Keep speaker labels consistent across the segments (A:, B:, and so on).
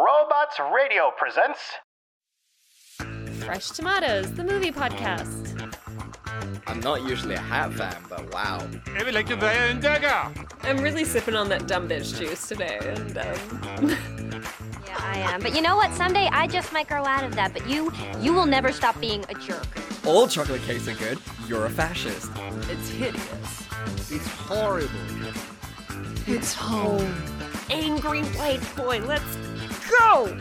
A: Robots Radio presents.
B: Fresh Tomatoes, the movie podcast.
C: I'm not usually a hat fan, but wow.
D: Maybe like to buy a dagger.
B: I'm really sipping on that dumb bitch juice today, and um,
E: Yeah, I am. But you know what? Someday I just might grow out of that. But you, you will never stop being a jerk.
C: All chocolate cakes are good. You're a fascist.
B: it's hideous.
C: It's horrible.
B: It's home. Angry white boy, let's go!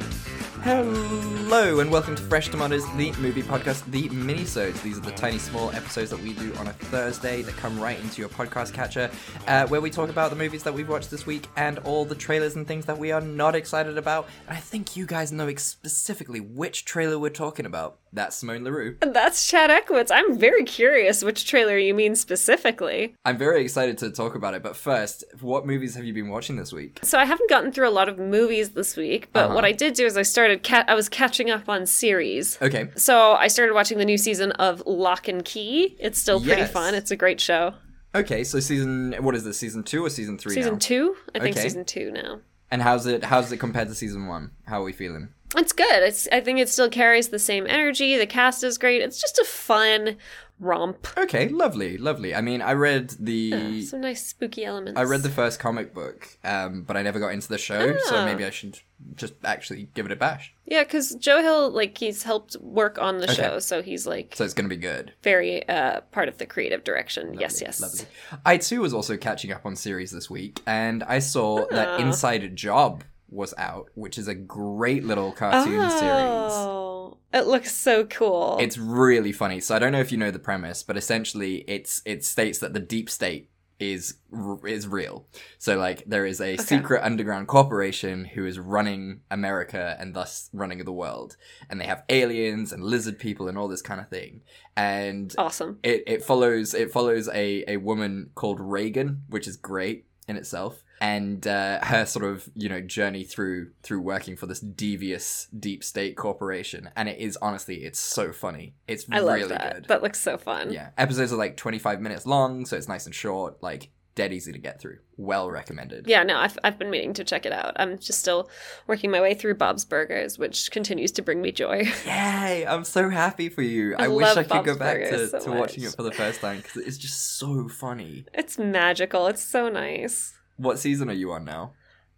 C: Hello and welcome to Fresh Tomatoes, the movie podcast, the minisodes. These are the tiny, small episodes that we do on a Thursday that come right into your podcast catcher, uh, where we talk about the movies that we've watched this week and all the trailers and things that we are not excited about. And I think you guys know ex- specifically which trailer we're talking about. That's Simone LaRue.
B: And that's Chad Eklitz. I'm very curious which trailer you mean specifically.
C: I'm very excited to talk about it, but first, what movies have you been watching this week?
B: So I haven't gotten through a lot of movies this week, but what I did do is I started, ca- I was catching up on series.
C: Okay.
B: So I started watching the new season of Lock and Key. It's still pretty
C: Yes.
B: fun. It's a great show.
C: Okay, so season what is this? Season two or season three?
B: Season
C: now?
B: two? I think
C: Okay.
B: season two now.
C: And how's it? How's it compared to season one? How are we feeling?
B: It's good. It's I think it still carries the same energy. The cast is great. It's just a fun romp.
C: Okay, lovely, lovely. I mean, I read the
B: Some nice spooky elements.
C: I read the first comic book, um, but I never got into the show, so
B: Ah.
C: maybe I should just actually give it a bash.
B: Yeah, cuz Joe Hill like he's helped work on the show, so he's like
C: So it's gonna be good.
B: very uh part of the creative direction. yes, yes.
C: Lovely. I too was also catching up on series this week, and I saw
B: Ah.
C: that Inside Job was out, which is a great little cartoon series.
B: Oh. It looks so cool.
C: It's really funny. So I don't know if you know the premise, but essentially, it's it states that the deep state is r- is real. So like there is a secret underground corporation who is running America and thus running the world, and they have aliens and lizard people and all this kind of thing. And
B: awesome.
C: it it follows it follows a a woman called Reagan, which is great in itself, and uh, her sort of you know journey through through working for this devious deep state corporation. And it is honestly, it's so funny. It's
B: I love
C: really
B: that.
C: good.
B: That looks so fun.
C: yeah, episodes are like twenty five minutes long, so it's nice and short, like dead easy to get through. Well recommended.
B: Yeah, no, I've, I've been meaning to check it out. I'm just still working my way through Bob's Burgers, which continues to bring me joy.
C: Yay! I'm so happy for you. I,
B: I
C: wish
B: love
C: I could
B: Bob's
C: go back to,
B: Burgers so
C: to watching
B: much.
C: it for the first time because it's just so funny.
B: It's magical. It's so nice.
C: What season are you on now?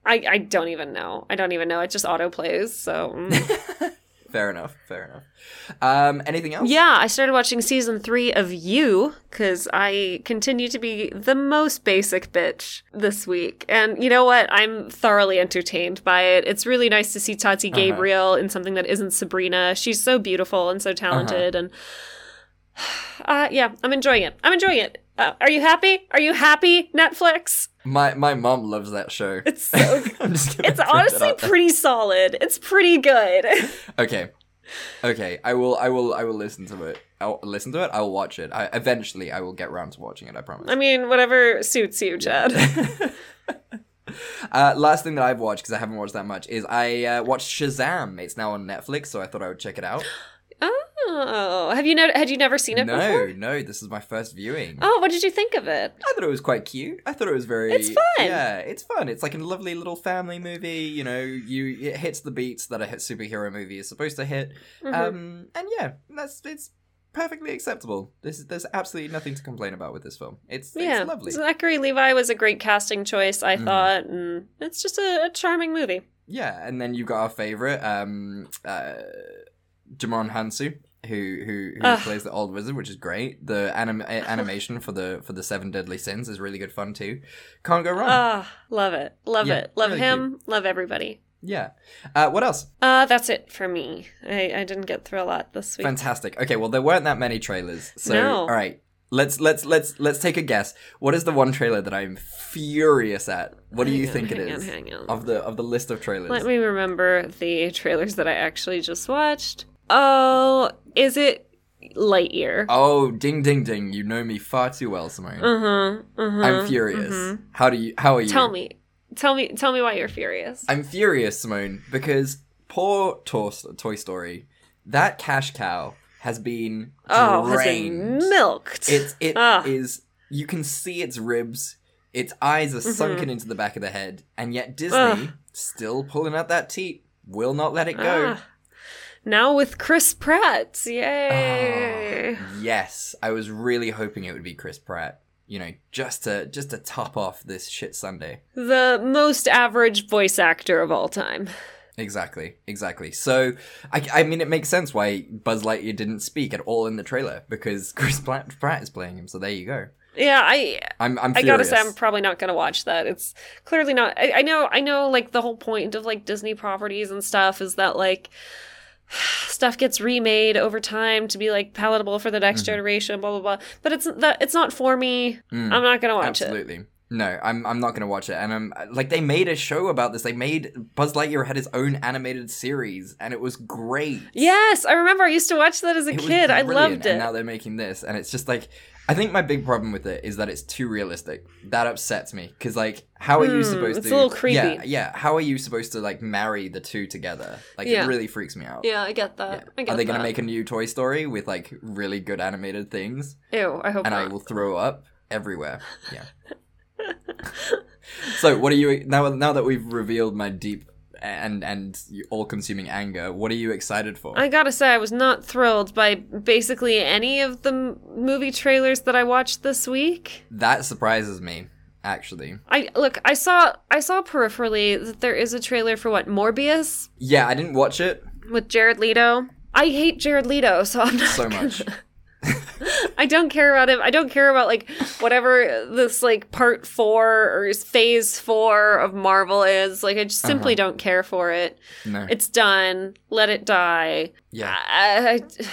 B: I, I don't even know. I don't even know. It just autoplays. So, mm.
C: Fair enough. Fair enough. Um, anything else?
B: yeah, I started watching season three of You because I continue to be the most basic bitch this week. And you know what? I'm thoroughly entertained by it. It's really nice to see Tati
C: Uh-huh.
B: Gabriel in something that isn't Sabrina. She's so beautiful and so
C: Uh-huh.
B: talented. And uh, yeah, I'm enjoying it. I'm enjoying it. Uh, are you happy? Are you happy, Netflix?
C: My my mom loves that show.
B: It's so.
C: I'm just gonna
B: It's
C: put it
B: honestly
C: out there.
B: pretty solid. It's pretty good.
C: okay. Okay, I will, I will, I will listen to it. I'll listen to it. I'll watch it. I eventually, I will get round to watching it. I promise.
B: I mean, whatever suits you, Chad.
C: Uh, last thing that I've watched because I haven't watched that much is I uh, watched Shazam. It's now on Netflix, so I thought I would check it out.
B: oh, have you ne- had you never seen it
C: no,
B: before?
C: no, this is my first viewing.
B: Oh, what did you think of it?
C: I thought it was quite cute. I thought it was very.
B: It's fun.
C: Yeah, it's fun. It's like a lovely little family movie. You know, you it hits the beats that a hit- superhero movie is supposed to hit.
B: Mm-hmm.
C: Um, and yeah, that's it's perfectly acceptable. This is, there's absolutely nothing to complain about with this film. It's
B: yeah,
C: it's lovely. Mm.
B: Zachary Levi was a great casting choice, I thought, and it's just a, a charming movie.
C: Yeah, and then you've got our favorite, um, uh, Jamon Hansu. Who who, who
B: Ugh.
C: plays the old wizard, which is great. The anim- a- animation for the for the seven deadly sins is really good fun too. Can't go wrong.
B: Ah, love it, love
C: Yeah,
B: it, love
C: really
B: him, love everybody.
C: yeah. Uh, what else?
B: Uh, that's it for me. I, I didn't get through a lot this week.
C: Fantastic. Okay, well there weren't that many trailers. So
B: No.
C: all right. Let's let's let's let's take a guess. What is the one trailer that I'm furious at? What do
B: Hang
C: you
B: on,
C: think it
B: hang on,
C: is?
B: hang on.
C: Of the of the list of trailers.
B: Let me remember the trailers that I actually just watched. Oh, is it Lightyear?
C: Oh, ding ding ding. You know me far too well, Simone.
B: Uh huh. Uh huh.
C: I'm furious. How do you how are you?
B: Tell me, tell me, tell me why you're furious.
C: I'm furious, Simone, because poor Tor- Toy Story, that cash cow has been
B: Oh, has
C: drained.
B: been milked.
C: It's it is
B: Ah.
C: you can see its ribs, its eyes are sunken into the back of the head, and yet Disney
B: Mm-hmm. Ugh.
C: still pulling out that teat. will not let it go.
B: Ah. Now with Chris Pratt. Yay.
C: Ah. Yes, I was really hoping it would be Chris Pratt. You know, just to just to top off this shit Sunday.
B: The most average voice actor of all time.
C: Exactly, exactly. So, I, I mean, it makes sense why Buzz Lightyear didn't speak at all in the trailer because Chris Pratt, Pratt is playing him. So there you go.
B: Yeah, I
C: I'm I'm
B: I gotta
C: furious.
B: say I'm probably not gonna watch that. It's clearly not I, I know I know like the whole point of like Disney properties and stuff is that like stuff gets remade over time to be like palatable for the next generation, blah blah blah. But it's that it's not for me.
C: Mm-hmm. Mm.
B: I'm not gonna watch it.
C: Absolutely. No, I'm I'm not gonna watch it, and I'm like they made a show about this. They made Buzz Lightyear had his own animated series, and it was great.
B: Yes, I remember I used to watch that as a
C: It was
B: kid. I
C: brilliant,
B: loved it.
C: And now they're making this, and it's just like I think my big problem with it is that it's too realistic. That upsets me because like how are
B: Hmm,
C: you supposed
B: it's a
C: to?
B: little creepy.
C: Yeah, yeah. How are you supposed to like marry the two together? Like
B: Yeah.
C: it really freaks me out.
B: yeah, I get that. I get
C: Are they
B: that.
C: gonna make a new Toy Story with like really good animated things?
B: Ew, I hope
C: and
B: not.
C: I will throw up everywhere. Yeah. so, what are you now? Now that we've revealed my deep and and all-consuming anger, what are you excited for?
B: I gotta say, I was not thrilled by basically any of the m- movie trailers that I watched this week.
C: that surprises me, actually.
B: I look, I saw, I saw peripherally that there is a trailer for what Morbius
C: Yeah, I didn't watch it
B: with Jared Leto. I hate Jared Leto, so I'm not.
C: so much.
B: I don't care about him. I don't care about like whatever this like part four or phase four of Marvel is. Like, I just simply
C: Uh-huh.
B: don't care for it.
C: No.
B: It's done. Let it die.
C: yeah.
B: I, I-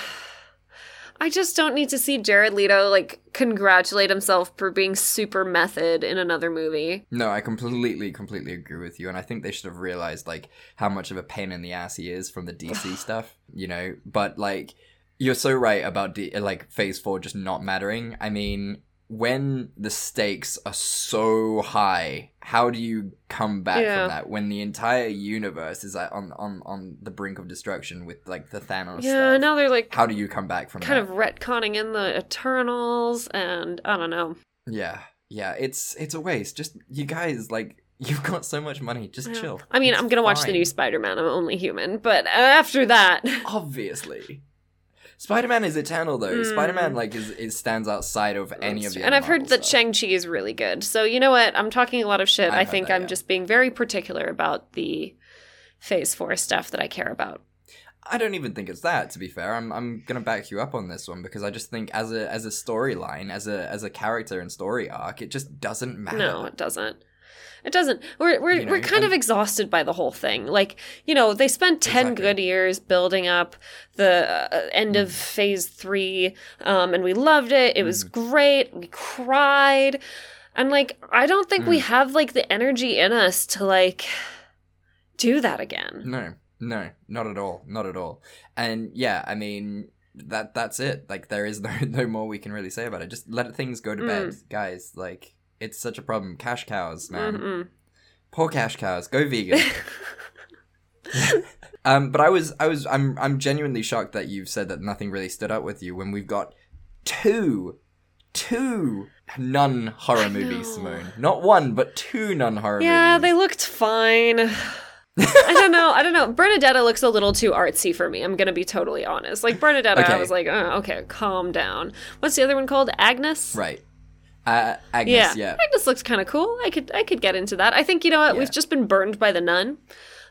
B: I just don't need to see Jared Leto like congratulate himself for being super method in another movie.
C: No, I completely, completely agree with you, and I think they should have realized like how much of a pain in the ass he is from the DC stuff, you know. But like, you're so right about D- like Phase Four just not mattering. I mean, when the stakes are so high, how do you come back
B: Yeah.
C: from that when the entire universe is like, on on on the brink of destruction with like the Thanos?
B: Yeah,
C: stuff?
B: now they're like
C: How do you come back from
B: kind
C: that?
B: of retconning in the Eternals, and I don't know.
C: Yeah, yeah. It's it's a waste. Just you guys like. You've got so much money. Just
B: Yeah.
C: chill.
B: I mean,
C: It's
B: I'm gonna watch the
C: fine.
B: new Spider-Man. I'm only human, but after that,
C: obviously. Spider Man is eternal though.
B: Mm.
C: Spider Man like is, is stands outside of any of the.
B: and
C: other
B: I've heard
C: Marvel
B: that
C: stuff.
B: Shang Chi is really good. So you know what? I'm talking a lot of shit.
C: I've
B: I,
C: heard
B: think
C: that,
B: I'm
C: yeah.
B: just being very particular about the Phase Four stuff that I care about.
C: I don't even think it's that. To be fair, I'm I'm gonna back you up on this one because I just think as a as a storyline, as a as a character and story arc, it just doesn't matter.
B: No, it doesn't. It doesn't. We're we're,
C: You know,
B: we're kind
C: and-
B: of exhausted by the whole thing. Like you know, they spent ten
C: Exactly. Mm.
B: good years building up the uh, end of phase three, um, and we loved it. It was great. We cried, and like I don't think
C: Mm.
B: we have like the energy in us to like do that again.
C: No, no, not at all, not at all. And yeah, I mean that that's it. Like there is no no more we can really say about it. Just let things go to bed,
B: Mm.
C: guys. Like it's such a problem. Cash cows, man.
B: Mm-mm.
C: Poor cash cows. Go vegan. um, but I was, I was, I'm, I'm genuinely shocked that you've said that nothing really stood out with you when we've got two, two nun horror movies,
B: know.
C: Simone. Not one, but two nun horror
B: Yeah, they
C: movies.
B: looked fine. I don't know. I don't know. Bernadetta looks a little too artsy for me. I'm gonna be totally honest. Like Bernadetta, I
C: Okay.
B: was like, oh, okay, calm down. What's the other one called? Agnes.
C: right. Uh, Agnes,
B: Yeah.
C: yeah.
B: Agnes looks kind of cool. I could I could get into that. I think you know what?
C: Yeah.
B: We've just been burned by the nun.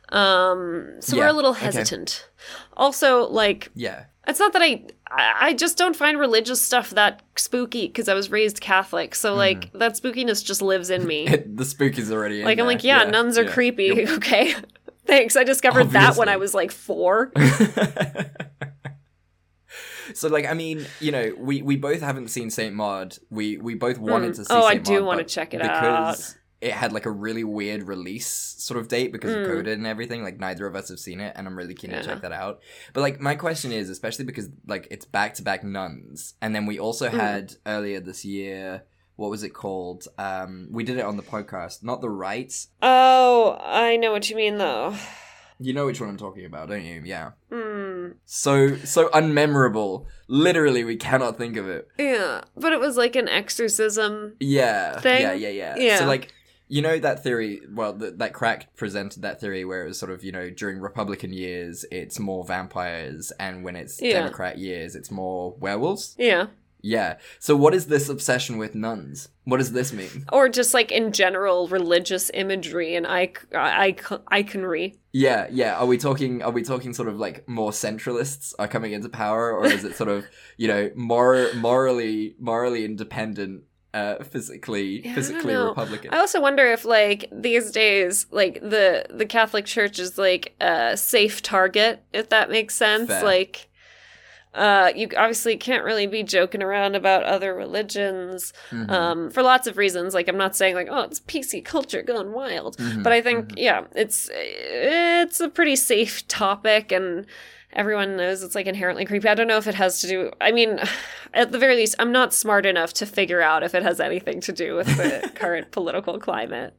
B: Um, so we're
C: Yeah,
B: a little
C: okay.
B: hesitant. Also, like
C: yeah.
B: it's not that I I I just don't find religious stuff that spooky because I was raised Catholic.
C: Mm-hmm.
B: So like that spookiness just lives in me.
C: the spook is already in
B: Like I'm
C: there.
B: like, yeah, nuns are
C: yeah.
B: creepy. Okay. Thanks. I discovered that when
C: Obviously.
B: I was like four.
C: So like I mean, you know, we we both haven't seen Saint Maud. We we both wanted
B: Mm.
C: to see
B: Oh, I
C: Saint
B: do
C: Maud,
B: wanna
C: but
B: check it
C: because it had like a really weird release sort of date because of COVID and everything. Like neither of us have seen it, and I'm really keen to
B: Hmm. Yeah.
C: check that out. But like my question is, especially because like it's back to back nuns, and then we also
B: Hmm.
C: had earlier this year. What was it called? Um, we did it on the podcast, not the rights.
B: Oh, I know what you mean though.
C: You know which one I'm talking about, don't you? Yeah.
B: Hmm.
C: So so unmemorable. Literally, we cannot think of it.
B: Yeah. But it was like an exorcism.
C: Yeah.
B: thing?
C: Yeah, yeah, yeah.
B: Yeah.
C: So like You know that theory, well, th- that Crack presented that theory where it was sort of, you know, during Republican years, it's more vampires, and when it's
B: Yeah.
C: Democrat years, it's more werewolves?
B: Yeah.
C: Yeah. So what is this obsession with nuns? What does this mean?
B: Or just like in general religious imagery and ic- ic- iconry.
C: Yeah, yeah. Are we talking, are we talking sort of like more centralists are coming into power, or is it sort of, you know, more morally, morally independent, uh, physically,
B: Yeah, I don't
C: physically
B: know.
C: Republican?
B: I also wonder if like these days like the the Catholic Church is like a safe target if that makes sense
C: Fair.
B: like uh you obviously can't really be joking around about other religions
C: Mhm.
B: um for lots of reasons like I'm not saying like oh it's PC culture gone wild
C: Mhm.
B: but I think
C: Mhm.
B: yeah it's it's a pretty safe topic and everyone knows it's like inherently creepy. I don't know if it has to do I mean at the very least I'm not smart enough to figure out if it has anything to do with the current political climate.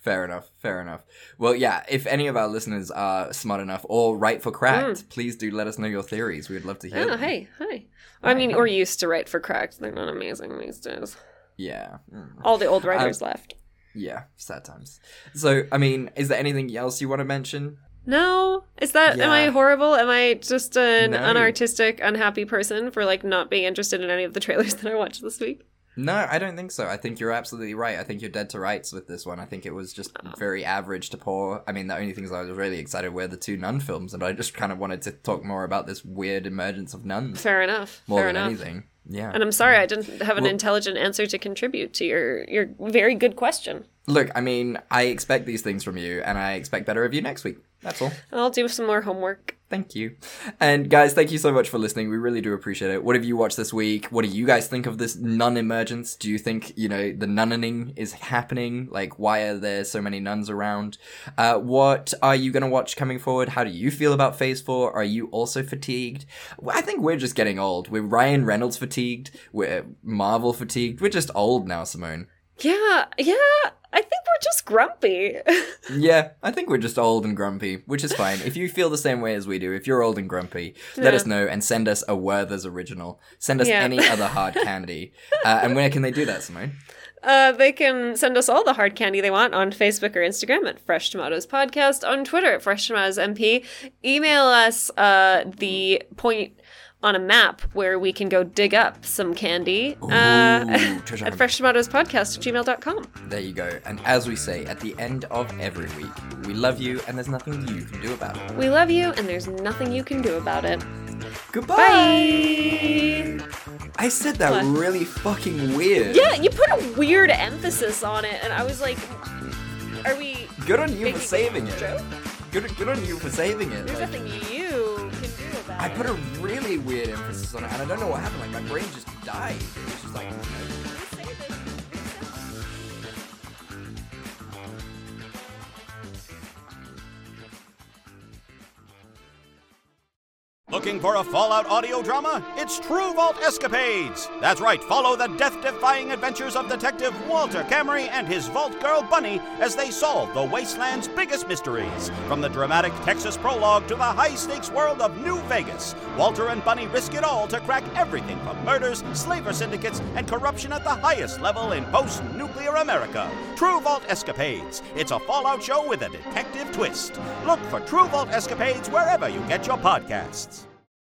C: Fair enough. Fair enough. Well, yeah. If any of our listeners are smart enough or right for cracked, please do let us know your theories. We would love to hear.
B: Mm. Oh,
C: them.
B: hey, hi. I mean, or used to write for cracked. They're not amazing these days.
C: Yeah. Mm.
B: All the old writers left.
C: Yeah. Sad times. So, I mean, is there anything else you want to mention?
B: No, is that am I
C: Yeah.
B: horrible? Am I just an
C: No.
B: unartistic, unhappy person for like not being interested in any of the trailers that I watched this week?
C: No, I don't think so. I think you're absolutely right. I think you're dead to rights with this one. I think it was just very average to poor. I mean, the only things I was really excited were the two nun films, and I just kind of wanted to talk more about this weird emergence of nuns
B: Fair enough.
C: more
B: Fair
C: than
B: enough.
C: anything. Yeah.
B: And I'm sorry I didn't have an
C: Well-
B: intelligent answer to contribute to your your very good question.
C: Look, I mean, I expect these things from you, and I expect better of you next week. That's all.
B: I'll do some more homework.
C: Thank you. And guys, thank you so much for listening. We really do appreciate it. What have you watched this week? What do you guys think of this nun emergence? Do you think, you know, the nunning is happening? Like, why are there so many nuns around? Uh, what are you going to watch coming forward? How do you feel about Phase 4? Are you also fatigued? Well, I think we're just getting old. We're Ryan Reynolds fatigued. We're Marvel fatigued. We're just old now, Simone.
B: Yeah, yeah. I think we're just grumpy.
C: Yeah, I think we're just old and grumpy, which is fine. If you feel the same way as we do, if you're old and grumpy, let
B: Yeah.
C: us know and send us a Werther's original. Send us
B: Yeah.
C: any other hard candy. Uh, and where can they do that, Simone?
B: uh, they can send us all the hard candy they want on Facebook or Instagram at Fresh Tomatoes Podcast, on Twitter at Fresh Tomatoes MP. Email us uh, the point on a map where we can go dig up some candy uh,
C: Ooh, treasure
B: at
C: hunt.
B: Fresh Tomatoes Podcast at gmail.com.
C: There you go. And as we say at the end of every week, we love you and there's nothing you can do about it.
B: We love you, and there's nothing you can do about it.
C: Goodbye.
B: Bye.
C: I said that
B: What?
C: really fucking weird.
B: Yeah, you put a weird emphasis on it, and I was like, are we
C: Good on you
B: making
C: for saving
B: a
C: it.
B: joke?
C: Good, good on you for saving it.
B: There's
C: Like,
B: nothing you can do about
C: I put
B: it.
C: a really weird emphasis on it, and I don't know what happened. Like my brain just died. It was just like. you know,
B: You say this- you say this.
F: Looking for a Fallout audio drama? It's True Vault Escapades! That's right, follow the death defying adventures of Detective Walter Camry and his Vault Girl Bunny as they solve the wasteland's biggest mysteries. From the dramatic Texas prologue to the high stakes world of New Vegas, Walter and Bunny risk it all to crack everything from murders, slaver syndicates, and corruption at the highest level in post nuclear America. True Vault Escapades. It's a Fallout show with a detective twist. Look for True Vault Escapades wherever you get your podcasts.